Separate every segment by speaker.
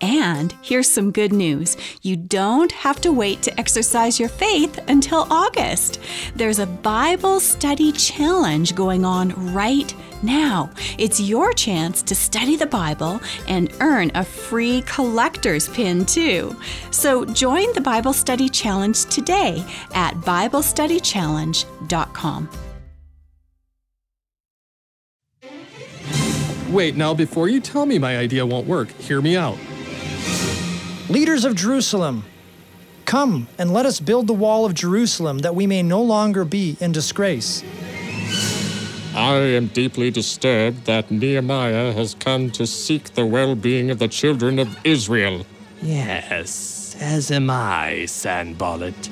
Speaker 1: And here's some good news you don't have to wait to exercise your faith until August. There's a Bible study challenge going on right now. It's your chance to study the Bible and earn a free collector's pin, too. So join the Bible Study Challenge today at BibleStudyChallenge.com.
Speaker 2: Wait, now before you tell me my idea won't work, hear me out.
Speaker 3: Leaders of Jerusalem, come and let us build the wall of Jerusalem that we may no longer be in disgrace.
Speaker 4: I am deeply disturbed that Nehemiah has come to seek the well being of the children of Israel.
Speaker 5: Yes, as am I, Sanballat.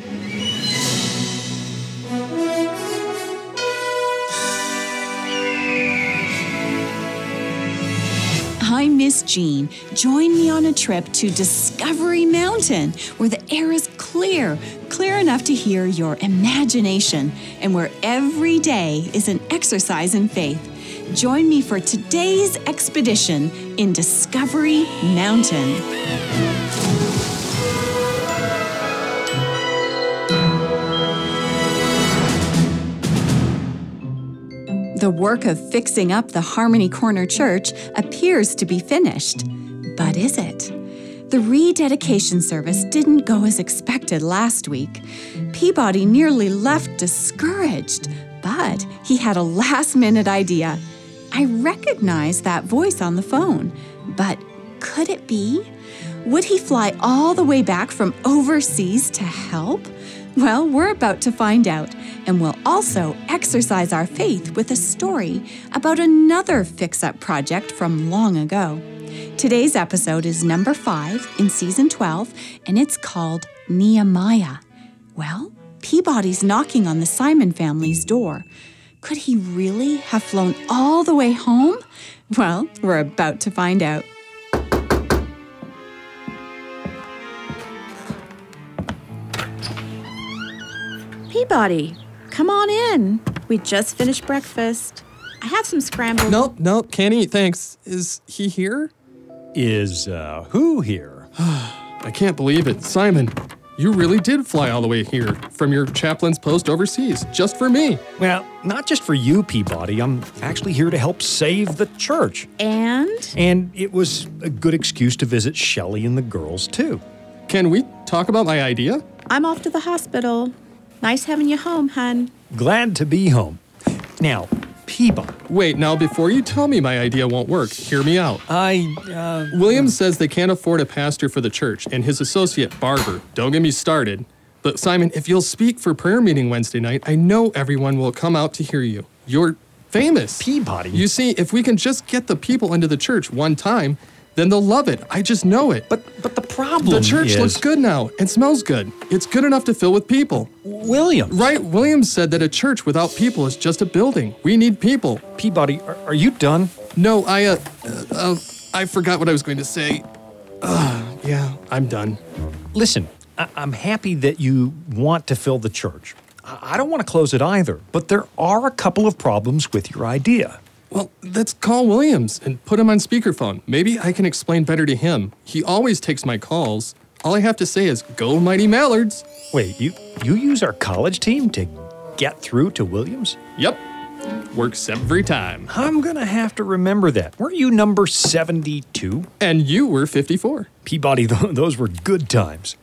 Speaker 1: I'm Miss Jean. Join me on a trip to Discovery Mountain, where the air is clear, clear enough to hear your imagination, and where every day is an exercise in faith. Join me for today's expedition in Discovery Mountain. The work of fixing up the Harmony Corner Church appears to be finished. But is it? The rededication service didn't go as expected last week. Peabody nearly left discouraged, but he had a last minute idea. I recognized that voice on the phone, but could it be? Would he fly all the way back from overseas to help? Well, we're about to find out, and we'll also exercise our faith with a story about another fix up project from long ago. Today's episode is number five in season 12, and it's called Nehemiah. Well, Peabody's knocking on the Simon family's door. Could he really have flown all the way home? Well, we're about to find out.
Speaker 6: Peabody, come on in. We just finished breakfast. I had some scrambled.
Speaker 2: Nope, nope, can't eat, thanks. Is he here?
Speaker 7: Is uh, who here?
Speaker 2: I can't believe it. Simon, you really did fly all the way here from your chaplain's post overseas just for me.
Speaker 7: Well, not just for you, Peabody. I'm actually here to help save the church.
Speaker 6: And
Speaker 7: And it was a good excuse to visit Shelley and the girls, too.
Speaker 2: Can we talk about my idea?
Speaker 6: I'm off to the hospital. Nice having you home, hun.
Speaker 7: Glad to be home. Now, Peabody.
Speaker 2: Wait, now before you tell me my idea won't work, hear me out.
Speaker 5: I, uh,
Speaker 2: Williams says they can't afford a pastor for the church and his associate, Barber. Don't get me started. But Simon, if you'll speak for prayer meeting Wednesday night, I know everyone will come out to hear you. You're famous.
Speaker 7: Peabody.
Speaker 2: You see, if we can just get the people into the church one time, then they'll love it. I just know it.
Speaker 7: But but the problem
Speaker 2: the church
Speaker 7: is,
Speaker 2: looks good now and smells good. It's good enough to fill with people.
Speaker 7: William.
Speaker 2: Right? Williams said that a church without people is just a building. We need people.
Speaker 7: Peabody, are, are you done?
Speaker 2: No, I uh, uh, uh I forgot what I was going to say. Ugh, yeah, I'm done.
Speaker 7: Listen, I- I'm happy that you want to fill the church. I-, I don't want to close it either, but there are a couple of problems with your idea.
Speaker 2: Well, let's call Williams and put him on speakerphone. Maybe I can explain better to him. He always takes my calls. All I have to say is, "Go Mighty Mallards."
Speaker 7: Wait, you you use our college team to get through to Williams?
Speaker 2: Yep, works every time.
Speaker 7: I'm gonna have to remember that. Weren't you number 72?
Speaker 2: And you were 54.
Speaker 7: Peabody, tho- those were good times.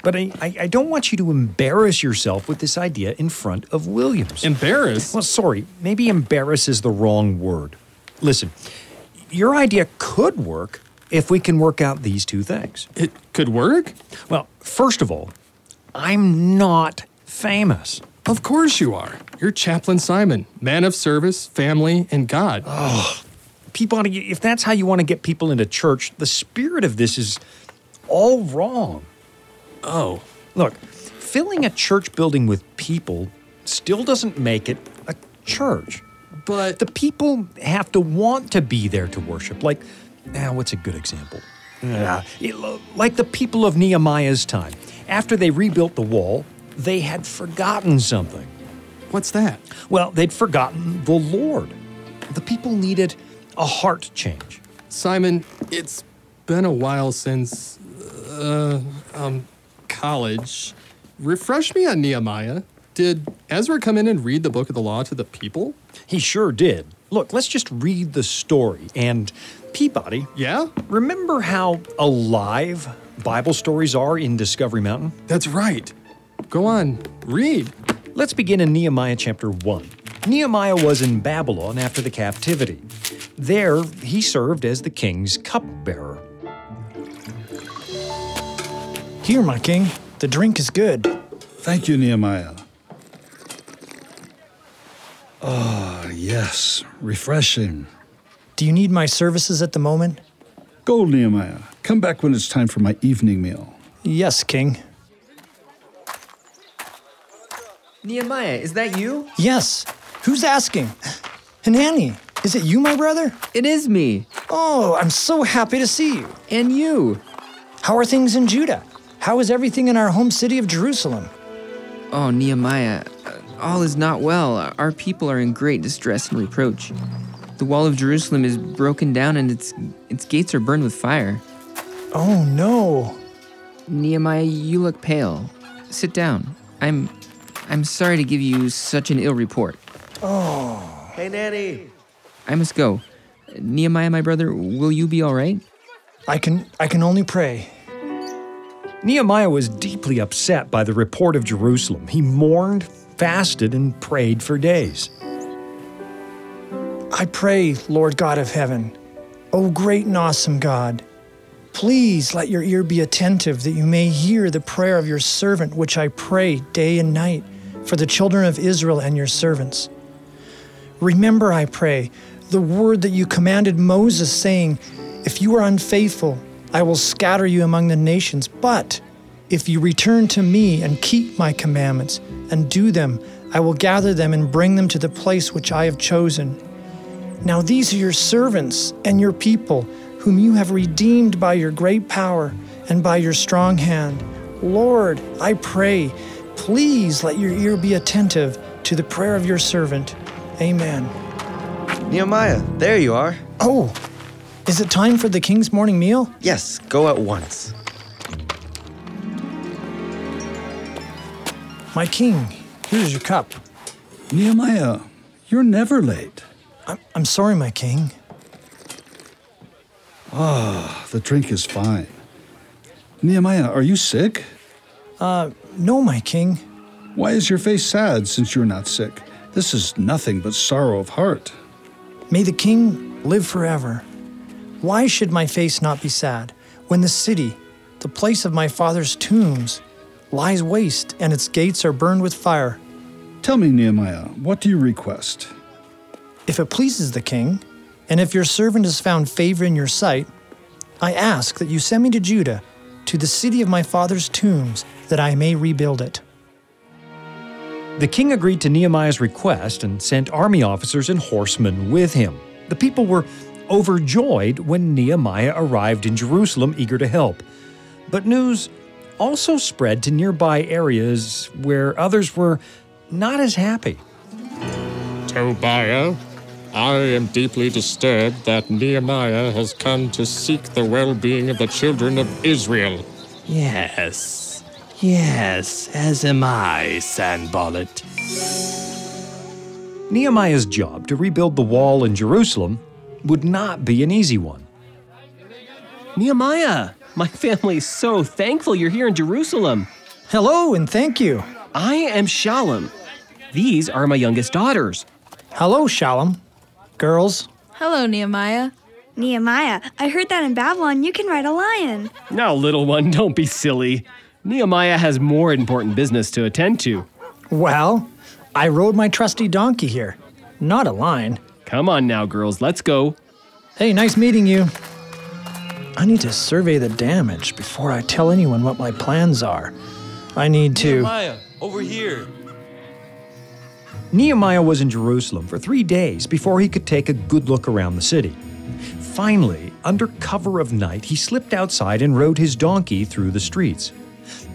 Speaker 7: But I, I, I don't want you to embarrass yourself with this idea in front of Williams.
Speaker 2: Embarrassed.
Speaker 7: well, sorry, maybe embarrass is the wrong word. Listen, your idea could work if we can work out these two things.
Speaker 2: It could work.
Speaker 7: Well, first of all, I'm not famous.
Speaker 2: Of course you are. You're Chaplain Simon, man of service, family, and God.
Speaker 7: Peabody, if that's how you want to get people into church, the spirit of this is all wrong.
Speaker 2: oh.
Speaker 7: Look, filling a church building with people still doesn't make it a church.
Speaker 2: But
Speaker 7: The people have to want to be there to worship. Like, ah, what's a good example? Ah, it lo- like the people of Nehemiah's time. After they rebuilt the wall, they had forgotten something.
Speaker 2: what's that?
Speaker 7: Well, they'd forgotten the Lord. The people needed a heart change.
Speaker 2: Simon, it's been a while since uh, um, college. Refresh me on Nehemiah. Did Ezra come in and read the book of the law to the people?
Speaker 7: He sure did. Look, let's just read the story. And Peabody,
Speaker 2: Yeah?
Speaker 7: remember how alive Bible stories are in Discovery Mountain?
Speaker 2: That's right. Go on, read.
Speaker 7: Let's begin in Nehemiah chapter 1. Nehemiah was in Babylon after the captivity. There, he served as the king's cupbearer.
Speaker 3: Here, my king, the drink is good.
Speaker 8: Thank you, Nehemiah. Ah, yes, refreshing.
Speaker 3: Do you need my services at the moment?
Speaker 8: Go, Nehemiah. Come back when it's time for my evening meal.
Speaker 3: Yes, king.
Speaker 9: Nehemiah, is that you?
Speaker 3: Yes. Who's asking? Hanani, is it you, my brother?
Speaker 9: It is me.
Speaker 3: Oh, I'm so happy to see you.
Speaker 9: And you.
Speaker 3: How are things in Judah? How is everything in our home city of Jerusalem?
Speaker 9: Oh, Nehemiah, uh, all is not well. Our people are in great distress and reproach. The wall of Jerusalem is broken down and its its gates are burned with fire.
Speaker 3: Oh, no.
Speaker 9: Nehemiah, you look pale. Sit down. I'm I'm sorry to give you such an ill report.
Speaker 5: Oh. Hey, Nanny.
Speaker 9: I must go. Nehemiah, my brother, will you be all right?
Speaker 3: I can I can only pray.
Speaker 7: Nehemiah was deeply upset by the report of Jerusalem. He mourned, fasted, and prayed for days.
Speaker 3: I pray, Lord God of heaven, O great and awesome God, please let your ear be attentive that you may hear the prayer of your servant, which I pray day and night for the children of Israel and your servants. Remember, I pray, the word that you commanded Moses, saying, If you are unfaithful, I will scatter you among the nations. But if you return to me and keep my commandments and do them, I will gather them and bring them to the place which I have chosen. Now these are your servants and your people, whom you have redeemed by your great power and by your strong hand. Lord, I pray, please let your ear be attentive to the prayer of your servant. Amen.
Speaker 5: Nehemiah, there you are.
Speaker 3: Oh, is it time for the king's morning meal?
Speaker 5: Yes, go at once.
Speaker 3: My king, here's your cup.
Speaker 8: Nehemiah, you're never late.
Speaker 3: I'm, I'm sorry, my king.
Speaker 8: Ah, The drink is fine. Nehemiah, are you sick?
Speaker 3: Uh, No, my king.
Speaker 8: Why is your face sad since you're not sick? This is nothing but sorrow of heart.
Speaker 3: May the king live forever. Why should my face not be sad when the city, the place of my father's tombs, lies waste and its gates are burned with fire?
Speaker 8: Tell me, Nehemiah, what do you request?
Speaker 3: If it pleases the king, and if your servant has found favor in your sight, I ask that you send me to Judah, to the city of my father's tombs, that I may rebuild it.
Speaker 7: The king agreed to Nehemiah's request and sent army officers and horsemen with him. The people were overjoyed when Nehemiah arrived in Jerusalem, eager to help. But news also spread to nearby areas where others were not as happy.
Speaker 4: Tobiah, I am deeply disturbed that Nehemiah has come to seek the well being of the children of Israel.
Speaker 5: Yes. Yes, as am I, Sanballat.
Speaker 7: Nehemiah's job to rebuild the wall in Jerusalem would not be an easy one.
Speaker 5: Nehemiah, my family's so thankful you're here in Jerusalem.
Speaker 3: Hello, and thank you.
Speaker 5: I am Shalom. These are my youngest daughters.
Speaker 3: Hello, Shalom. Girls,
Speaker 10: Hello, Nehemiah.
Speaker 6: Nehemiah, I heard that in Babylon you can ride a lion.
Speaker 5: Now, little one, don't be silly. Nehemiah has more important business to attend to.
Speaker 3: well, I rode my trusty donkey here. Not a line.
Speaker 5: Come on now, girls, let's go.
Speaker 3: Hey, nice meeting you. I need to survey the damage before I tell anyone what my plans are. I need to.
Speaker 5: Nehemiah, over here.
Speaker 7: Nehemiah was in Jerusalem for three days before he could take a good look around the city. Finally, under cover of night, he slipped outside and rode his donkey through the streets.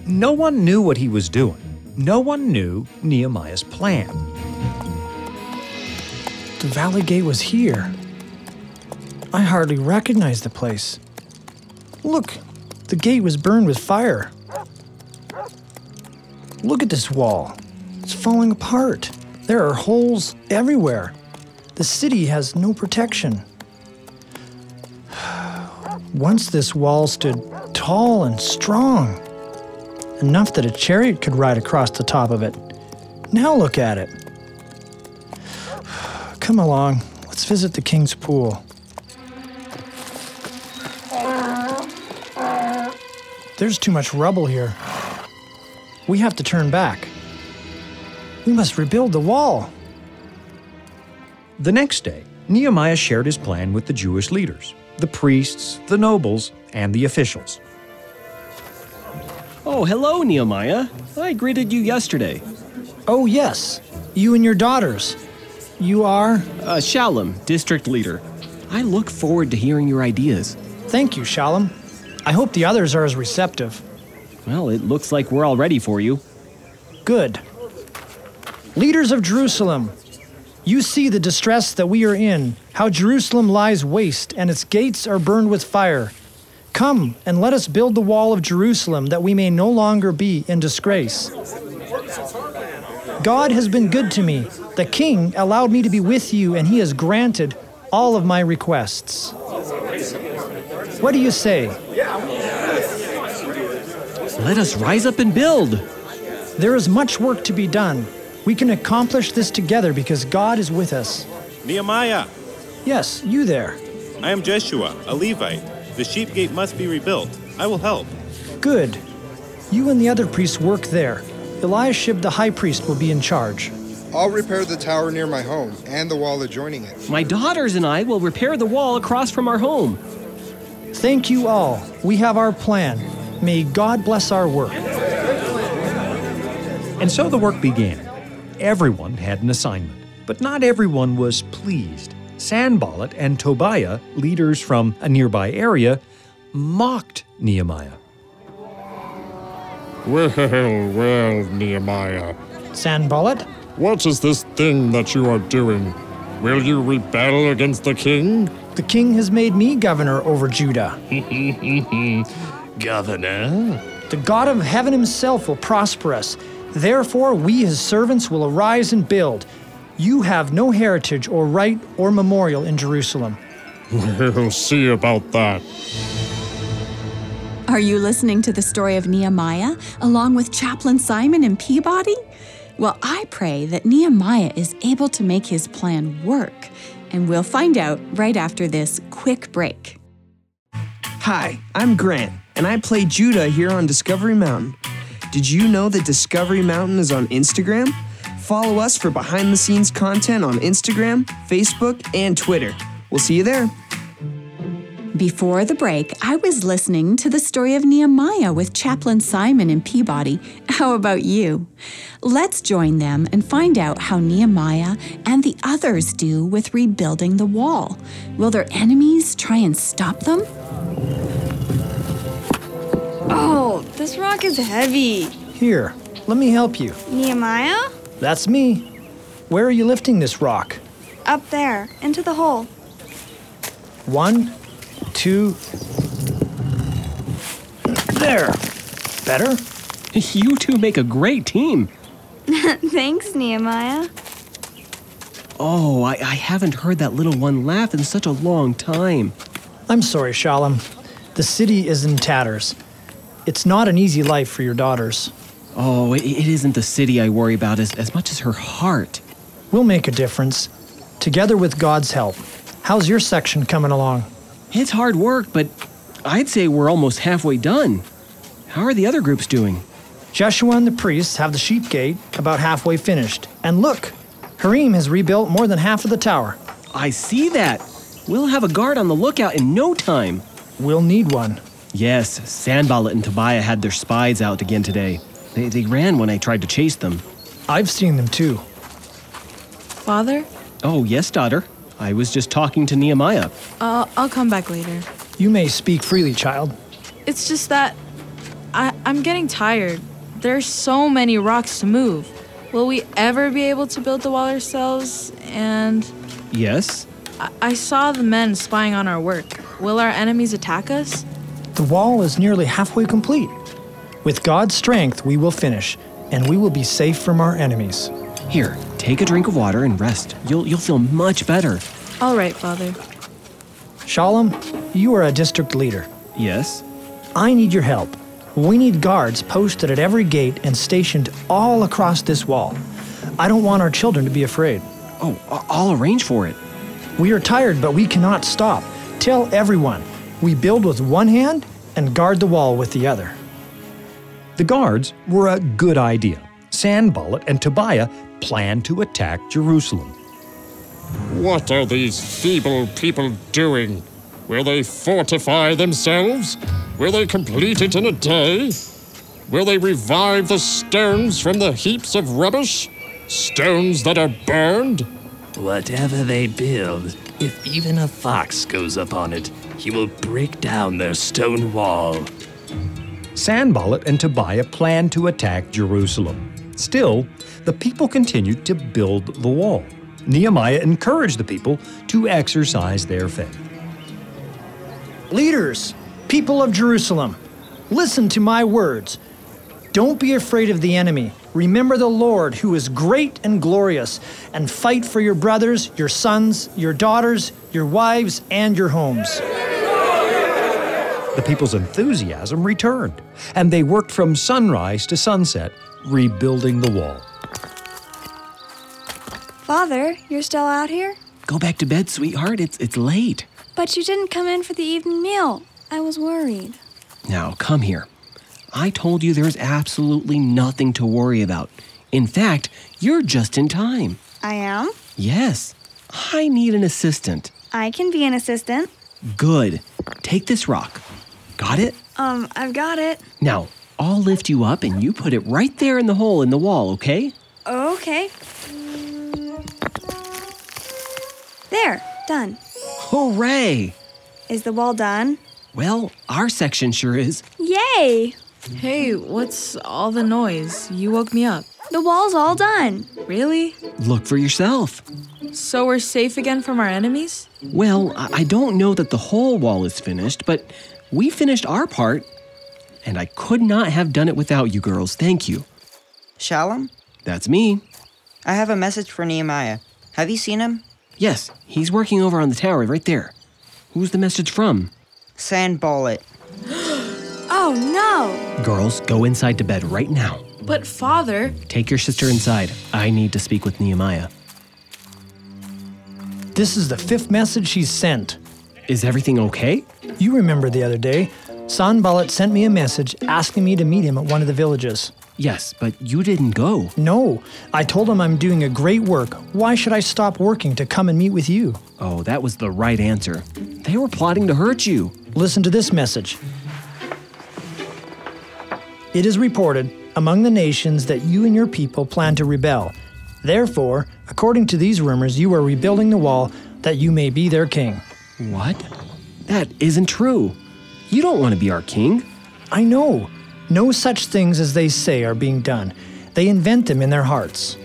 Speaker 7: No one knew what he was doing. No one knew Nehemiah's plan.
Speaker 3: The Valley Gate was here. I hardly recognized the place. Look, the gate was burned with fire. Look at this wall. It's falling apart. There are holes everywhere. The city has no protection. Once this wall stood tall and strong, enough that a chariot could ride across the top of it. Now look at it. Come along, let's visit the king's pool. There's too much rubble here. We have to turn back. We must rebuild the wall.
Speaker 7: The next day, Nehemiah shared his plan with the Jewish leaders, the priests, the nobles, and the officials.
Speaker 5: Oh, hello, Nehemiah. I greeted you yesterday.
Speaker 3: Oh, yes, you and your daughters. You are?
Speaker 5: Uh, Shalom, district leader. I look forward to hearing your ideas.
Speaker 3: Thank you, Shalom. I hope the others are as receptive.
Speaker 5: Well, it looks like we're all ready for you.
Speaker 3: Good. Leaders of Jerusalem, you see the distress that we are in, how Jerusalem lies waste and its gates are burned with fire. Come and let us build the wall of Jerusalem that we may no longer be in disgrace. God has been good to me. The king allowed me to be with you, and he has granted all of my requests. What do you say?
Speaker 5: Let us rise up and build.
Speaker 3: There is much work to be done. We can accomplish this together because God is with us.
Speaker 10: Nehemiah,
Speaker 3: Yes, you there.
Speaker 10: I am Jeshua, a Levite. The sheep gate must be rebuilt. I will help.
Speaker 3: Good. You and the other priests work there. Eliashib the high priest will be in charge.
Speaker 11: I'll repair the tower near my home and the wall adjoining it.
Speaker 5: My daughters and I will repair the wall across from our home.
Speaker 3: Thank you all. We have our plan. May God bless our work.
Speaker 7: And so the work began. Everyone had an assignment, but not everyone was pleased. Sanballat and Tobiah, leaders from a nearby area, mocked Nehemiah.
Speaker 4: Well, well, Nehemiah,
Speaker 3: Sanballat?
Speaker 4: what is this thing that you are doing? Will you rebel against the king?
Speaker 3: The king has made me governor over Judah.
Speaker 4: Governor?
Speaker 3: The God of heaven himself will prosper us. Therefore, we, his servants, will arise and build. You have no heritage or right or memorial in Jerusalem.
Speaker 4: We'll see about that.
Speaker 1: Are you listening to the story of Nehemiah along with Chaplain Simon and Peabody? Well, I pray that Nehemiah is able to make his plan work, and we'll find out right after this quick break.
Speaker 9: Hi, I'm Grant, and I play Judah here on Discovery Mountain. Did you know that Discovery Mountain is on Instagram? Follow us for behind the scenes content on Instagram, Facebook, and Twitter. We'll see you there.
Speaker 1: Before the break, I was listening to the story of Nehemiah with Chaplain Simon and Peabody. How about you? Let's join them and find out how Nehemiah and the others do with rebuilding the wall. Will their enemies try and stop them?
Speaker 12: Oh, this rock is heavy.
Speaker 3: Here, let me help you.
Speaker 12: Nehemiah?
Speaker 3: That's me. Where are you lifting this rock?
Speaker 12: Up there, into the hole.
Speaker 3: One, two. There. Better?
Speaker 5: You two make a great team.
Speaker 12: Thanks, Nehemiah.
Speaker 5: Oh, I, I haven't heard that little one laugh in such a long time.
Speaker 3: I'm sorry, Shalom. The city is in tatters. It's not an easy life for your daughters.
Speaker 5: Oh, it, it isn't the city I worry about as, as much as her heart.
Speaker 3: We'll make a difference, together with God's help. How's your section coming along?
Speaker 5: It's hard work, but I'd say we're almost halfway done. How are the other groups doing?
Speaker 3: Jeshua and the priests have the sheep gate about halfway finished. And look, Harim has rebuilt more than half of the tower.
Speaker 5: I see that. We'll have a guard on the lookout in no time.
Speaker 3: We'll need one.
Speaker 5: Yes, Sanballat and Tobiah had their spies out again today. They, they ran when I tried to chase them.
Speaker 3: I've seen them too.
Speaker 13: Father?
Speaker 5: Oh, yes, daughter. I was just talking to Nehemiah.
Speaker 13: Uh, I'll come back later.
Speaker 3: You may speak freely, child.
Speaker 13: It's just that I, I'm getting tired. There's so many rocks to move. Will we ever be able to build the wall ourselves? And
Speaker 5: Yes?
Speaker 13: I, I saw the men spying on our work. Will our enemies attack us?
Speaker 3: The wall is nearly halfway complete. With God's strength, we will finish, and we will be safe from our enemies.
Speaker 5: Here, take a drink of water and rest. You'll, you'll feel much better.
Speaker 13: All right, Father.
Speaker 3: Shalom, you are a district leader.
Speaker 5: Yes?
Speaker 3: I need your help. We need guards posted at every gate and stationed all across this wall. I don't want our children to be afraid.
Speaker 5: Oh, I'll arrange for it.
Speaker 3: We are tired, but we cannot stop. Tell everyone we build with one hand and guard the wall with the other.
Speaker 7: The guards were a good idea. Sanballat and Tobiah planned to attack Jerusalem.
Speaker 4: What are these feeble people doing? Will they fortify themselves? Will they complete it in a day? Will they revive the stones from the heaps of rubbish? Stones that are burned?
Speaker 14: Whatever they build, if even a fox goes up on it, he will break down their stone wall.
Speaker 7: Sanballat and Tobiah planned to attack Jerusalem. Still, the people continued to build the wall. Nehemiah encouraged the people to exercise their faith.
Speaker 3: Leaders, people of Jerusalem, listen to my words. Don't be afraid of the enemy. Remember the Lord, who is great and glorious, and fight for your brothers, your sons, your daughters, your wives, and your homes.
Speaker 7: The people's enthusiasm returned, and they worked from sunrise to sunset, rebuilding the wall.
Speaker 12: Father, you're still out here?
Speaker 5: Go back to bed, sweetheart. It's, it's late.
Speaker 12: But you didn't come in for the evening meal. I was worried.
Speaker 5: Now, come here. I told you there's absolutely nothing to worry about. In fact, you're just in time.
Speaker 12: I am?
Speaker 5: Yes, I need an assistant.
Speaker 12: I can be an assistant.
Speaker 5: Good. Take this rock. Got it?
Speaker 12: Um, I've got it.
Speaker 5: Now, I'll lift you up and you put it right there in the hole in the wall, okay?
Speaker 12: Okay. There, done.
Speaker 5: Hooray!
Speaker 12: Is the wall done?
Speaker 5: Well, our section sure is.
Speaker 12: Yay!
Speaker 13: Hey, what's all the noise? You woke me up.
Speaker 12: The wall's all done.
Speaker 13: Really?
Speaker 5: Look for yourself.
Speaker 13: So we're safe again from our enemies?
Speaker 5: Well, I I don't know that the whole wall is finished, but we finished our part, and I could not have done it without you girls. Thank you.
Speaker 15: Shalom?
Speaker 5: That's me.
Speaker 15: I have a message for Nehemiah. Have you seen him?
Speaker 5: Yes, he's working over on the tower right there. Who's the message from?
Speaker 15: Sanballat.
Speaker 12: Oh no!
Speaker 5: Girls, go inside to bed right now.
Speaker 13: But Father,
Speaker 5: Take your sister inside. I need to speak with Nehemiah.
Speaker 3: This is the fifth message he's sent.
Speaker 5: Is everything okay?
Speaker 3: You remember the other day, Sanballat sent me a message asking me to meet him at one of the villages.
Speaker 5: Yes, but you didn't go.
Speaker 3: No, I told him I'm doing a great work. Why should I stop working to come and meet with you?
Speaker 5: Oh, that was the right answer. They were plotting to hurt you.
Speaker 3: Listen to this message. It is reported among the nations that you and your people plan to rebel. Therefore, according to these rumors, you are rebuilding the wall that you may be their king.
Speaker 5: What? That isn't true. You don't want to be our king.
Speaker 3: I know. No such things as they say are being done. They invent them in their hearts.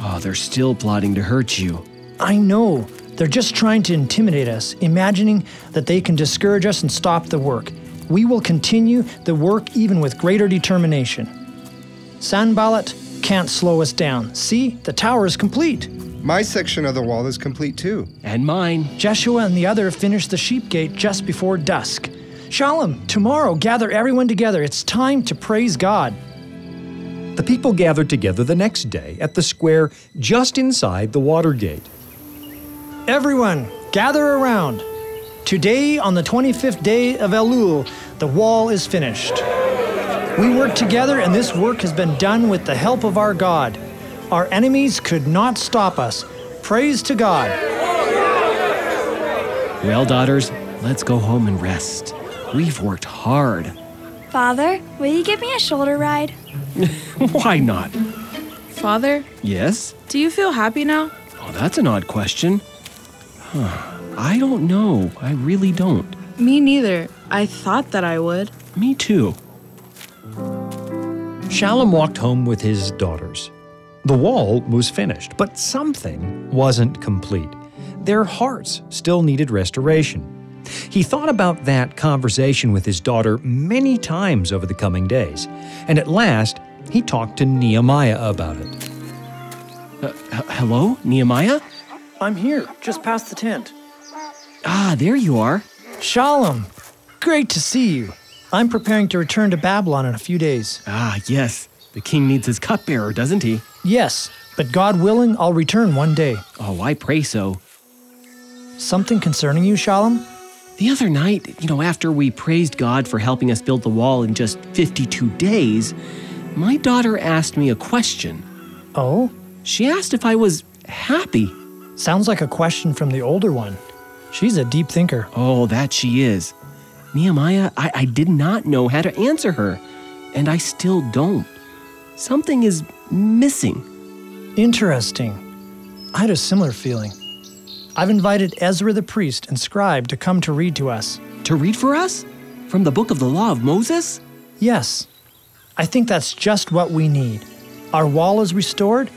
Speaker 5: Oh, they're still plotting to hurt you.
Speaker 3: I know. They're just trying to intimidate us, imagining that they can discourage us and stop the work. We will continue the work even with greater determination. Sanballat can't slow us down. See, the tower is complete.
Speaker 11: My section of the wall is complete too.
Speaker 5: And mine.
Speaker 3: Jeshua and the other finished the sheep gate just before dusk. Shalom, tomorrow gather everyone together. It's time to praise God.
Speaker 7: The people gathered together the next day at the square just inside the water gate.
Speaker 3: Everyone, gather around. Today, on the 25th day of Elul, the wall is finished. We work together, and this work has been done with the help of our God. Our enemies could not stop us. Praise to God.
Speaker 5: Well, daughters, let's go home and rest. We've worked hard.
Speaker 12: Father, will you give me a shoulder ride?
Speaker 5: Why not?
Speaker 13: Father,
Speaker 5: Yes?
Speaker 13: do you feel happy now?
Speaker 5: Well, Oh, that's an odd question. Huh. I don't know. I really don't.
Speaker 13: Me neither. I thought that I would.
Speaker 5: Me too.
Speaker 7: Shalom walked home with his daughters. The wall was finished, but something wasn't complete. Their hearts still needed restoration. He thought about that conversation with his daughter many times over the coming days, and at last he talked to Nehemiah about it.
Speaker 5: Uh, h- hello, Nehemiah?
Speaker 16: I'm here, just past the tent.
Speaker 5: Ah, there you are.
Speaker 3: Shalom, great to see you. I'm preparing to return to Babylon in a few days.
Speaker 5: Ah, yes. The king needs his cupbearer, doesn't he?
Speaker 3: Yes, but God willing, I'll return one day.
Speaker 5: Oh, I pray so.
Speaker 3: Something concerning you, Shalom?
Speaker 5: The other night, you know, after we praised God for helping us build the wall in just 52 days, my daughter asked me a question.
Speaker 3: Oh?
Speaker 5: She asked if I was happy.
Speaker 3: Sounds like a question from the older one. She's a deep thinker.
Speaker 5: Oh, that she is. Nehemiah, I, I did not know how to answer her, and I still don't. Something is missing.
Speaker 3: Interesting. I had a similar feeling. I've invited Ezra the priest and scribe to come to read to us.
Speaker 5: To read for us? From the book of the law of Moses?
Speaker 3: Yes. I think that's just what we need. Our wall is restored.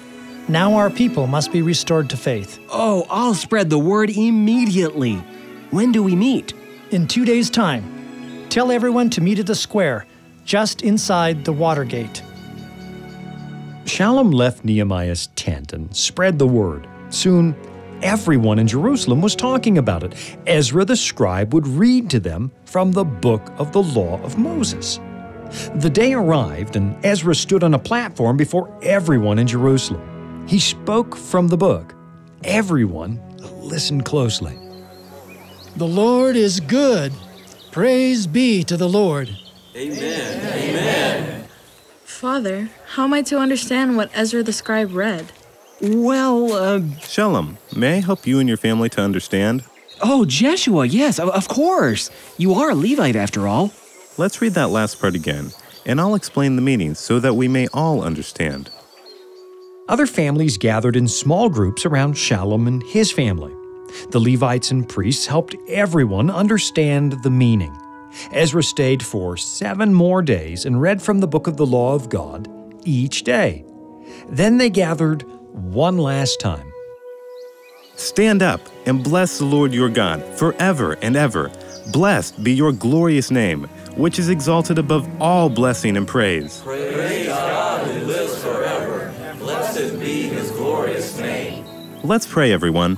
Speaker 3: Now our people must be restored to faith.
Speaker 5: Oh, I'll spread the word immediately. When do we meet?
Speaker 3: In two days' time. Tell everyone to meet at the square, just inside the Watergate.
Speaker 7: Shalom left Nehemiah's tent and spread the word. Soon, everyone in Jerusalem was talking about it. Ezra the scribe would read to them from the book of the law of Moses. The day arrived, and Ezra stood on a platform before everyone in Jerusalem. He spoke from the book. Everyone listened closely.
Speaker 17: The Lord is good. Praise be to the Lord.
Speaker 18: Amen. Amen.
Speaker 13: Father, how am I to understand what Ezra the scribe read?
Speaker 5: Well, uh,
Speaker 10: Shalom, may I help you and your family to understand?
Speaker 5: Oh, Jeshua, yes, of course. You are a Levite after all.
Speaker 10: Let's read that last part again, and I'll explain the meaning so that we may all understand.
Speaker 7: Other families gathered in small groups around Shalom and his family. The Levites and priests helped everyone understand the meaning. Ezra stayed for seven more days and read from the book of the law of God each day. Then they gathered one last time.
Speaker 10: Stand up and bless the Lord your God forever and ever. Blessed be your glorious name, which is exalted above all blessing and praise.
Speaker 18: Praise God who lives forever. Blessed be his glorious name.
Speaker 10: Let's pray, everyone.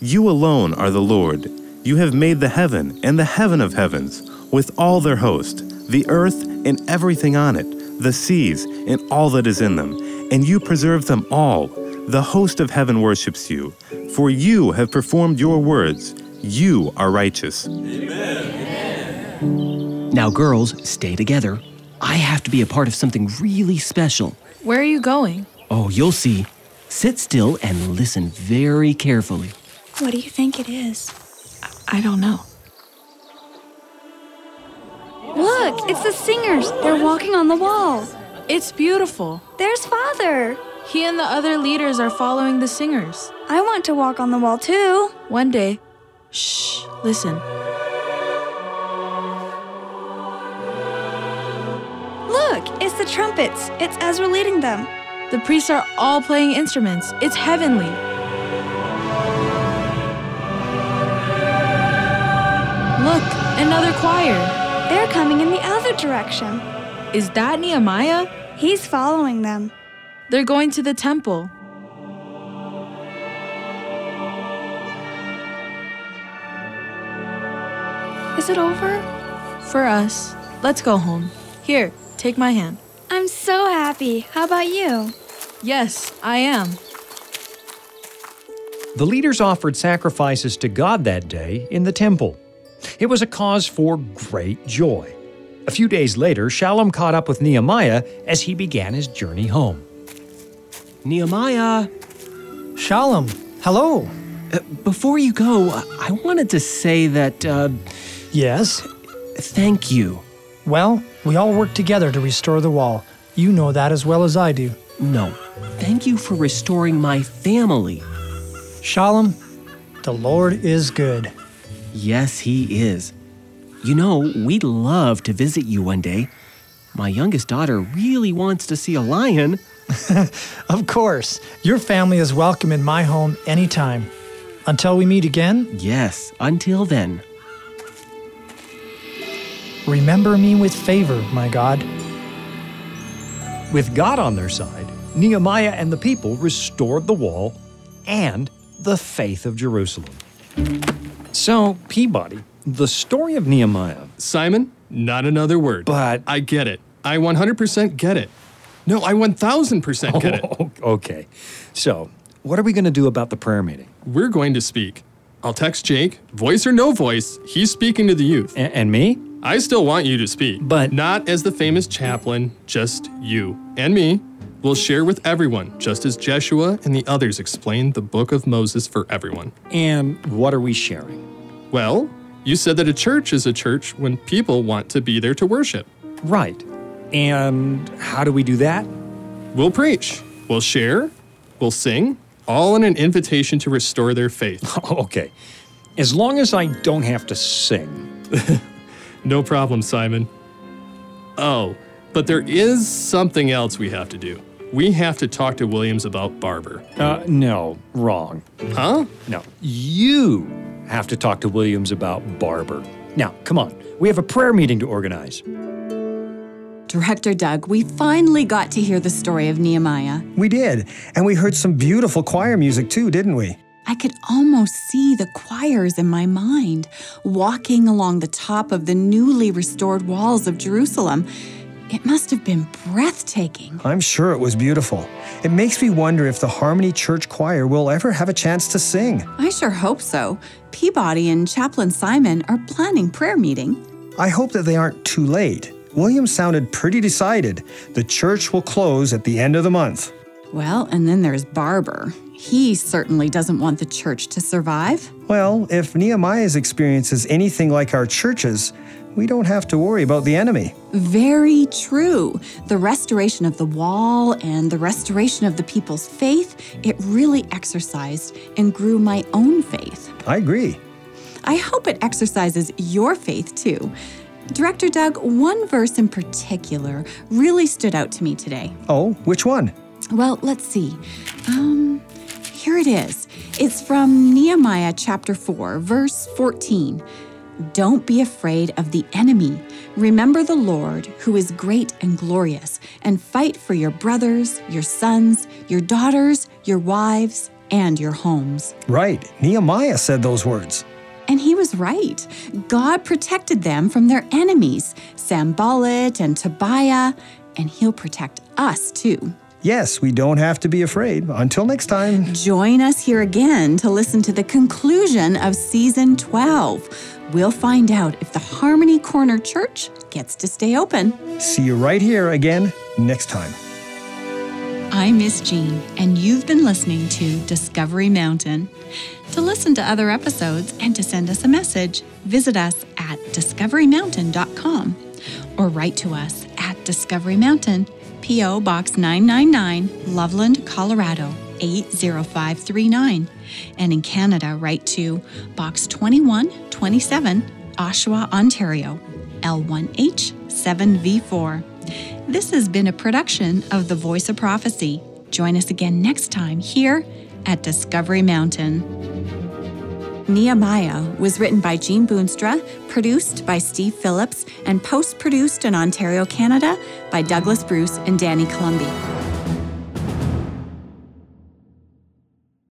Speaker 10: You alone are the Lord. You have made the heaven and the heaven of heavens, with all their host, the earth and everything on it, the seas and all that is in them, and you preserve them all the host of heaven worships you, for you have performed your words. You are righteous.
Speaker 5: Amen. Now, girls, stay together. I have to be a part of something really special.
Speaker 13: Where are you going?
Speaker 5: Oh, you'll see. Sit still and listen very carefully.
Speaker 12: What do you think it is?
Speaker 13: I don't know.
Speaker 12: Look, it's the singers. They're walking on the wall.
Speaker 13: It's beautiful.
Speaker 12: There's Father.
Speaker 13: He and the other leaders are following the singers.
Speaker 12: I want to walk on the wall too.
Speaker 13: One day. Shh, listen.
Speaker 12: Look, it's the trumpets. It's Ezra leading them.
Speaker 13: The priests are all playing instruments. It's heavenly. Look, another choir.
Speaker 12: They're coming in the other direction.
Speaker 13: Is that Nehemiah?
Speaker 12: He's following them.
Speaker 13: They're going to the temple.
Speaker 12: Is it over?
Speaker 13: For us. Let's go home. Here, take my hand.
Speaker 12: I'm so happy. How about you?
Speaker 13: Yes, I am.
Speaker 7: The leaders offered sacrifices to God that day in the temple. It was a cause for great joy. A few days later, Shalom caught up with Nehemiah as he began his journey home.
Speaker 5: Nehemiah.
Speaker 3: Shalom. Hello.
Speaker 5: Uh, before you go, I wanted to say that. Uh,
Speaker 3: yes.
Speaker 5: Thank you.
Speaker 3: Well, we all work together to restore the wall. You know that as well as I do.
Speaker 5: No. Thank you for restoring my family.
Speaker 3: Shalom, the Lord is good.
Speaker 5: Yes, he is. You know, we'd love to visit you one day. My youngest daughter really wants to see a lion.
Speaker 3: of course, your family is welcome in my home anytime. Until we meet again?
Speaker 5: Yes, until then.
Speaker 3: Remember me with favor, my God.
Speaker 7: With God on their side, Nehemiah and the people restored the wall and the faith of Jerusalem. So, Peabody, the story of Nehemiah.
Speaker 2: Simon, not another word.
Speaker 7: But
Speaker 2: I get it. I 100% get it. No, I 1000% get it.
Speaker 7: oh, okay. So, what are we going to do about the prayer meeting?
Speaker 2: We're going to speak. I'll text Jake, voice or no voice, he's speaking to the youth.
Speaker 7: A- and me?
Speaker 2: I still want you to speak,
Speaker 7: but
Speaker 2: not as the famous chaplain, just you and me. We'll share with everyone, just as Jeshua and the others explained the book of Moses for everyone.
Speaker 7: And what are we sharing?
Speaker 2: Well, you said that a church is a church when people want to be there to worship.
Speaker 7: Right. And how do we do that?
Speaker 2: We'll preach, we'll share, we'll sing, all in an invitation to restore their faith.
Speaker 7: okay. As long as I don't have to sing.
Speaker 2: No problem, Simon. Oh, but there is something else we have to do. We have to talk to Williams about Barber.
Speaker 7: Uh, no, wrong.
Speaker 2: Huh?
Speaker 7: No, you have to talk to Williams about Barber. Now, come on. We have a prayer meeting to organize.
Speaker 1: Director Doug, we finally got to hear the story of Nehemiah.
Speaker 19: We did, and we heard some beautiful choir music too, didn't we?
Speaker 1: I could almost see the choirs in my mind, walking along the top of the newly restored walls of Jerusalem. It must have been breathtaking.
Speaker 19: I'm sure it was beautiful. It makes me wonder if the Harmony Church Choir will ever have a chance to sing.
Speaker 1: I sure hope so. Peabody and Chaplain Simon are planning prayer meeting.
Speaker 19: I hope that they aren't too late. William sounded pretty decided. The church will close at the end of the month.
Speaker 1: Well, and then there's Barber. He certainly doesn't want the church to survive.
Speaker 19: Well, if Nehemiah's experience is anything like our churches, we don't have to worry about the enemy.
Speaker 1: Very true. The restoration of the wall and the restoration of the people's faith, it really exercised and grew my own faith.
Speaker 19: I agree.
Speaker 1: I hope it exercises your faith too. Director Doug, one verse in particular really stood out to me today.
Speaker 19: Oh, which one?
Speaker 1: Well, let's see. Um, here it is. It's from Nehemiah chapter 4, verse 14. Don't be afraid of the enemy. Remember the Lord, who is great and glorious, and fight for your brothers, your sons, your daughters, your wives, and your homes.
Speaker 19: Right, Nehemiah said those words.
Speaker 1: And he was right. God protected them from their enemies, Sambalit and Tobiah, and he'll protect us too.
Speaker 19: Yes, we don't have to be afraid. Until next time.
Speaker 1: Join us here again to listen to the conclusion of season 12. We'll find out if the Harmony Corner Church gets to stay open.
Speaker 19: See you right here again next time.
Speaker 1: I'm Miss Jean, and you've been listening to Discovery Mountain. To listen to other episodes and to send us a message, visit us at discoverymountain.com or write to us at Discovery Mountain, P.O. Box 999, Loveland, Colorado 80539. And in Canada, write to Box 2127, Oshawa, Ontario L1H7V4. This has been a production of The Voice of Prophecy. Join us again next time here at Discovery Mountain. Nehemiah was written by Jean Boonstra, produced by Steve Phillips, and post produced in Ontario, Canada by Douglas Bruce and Danny Columbi.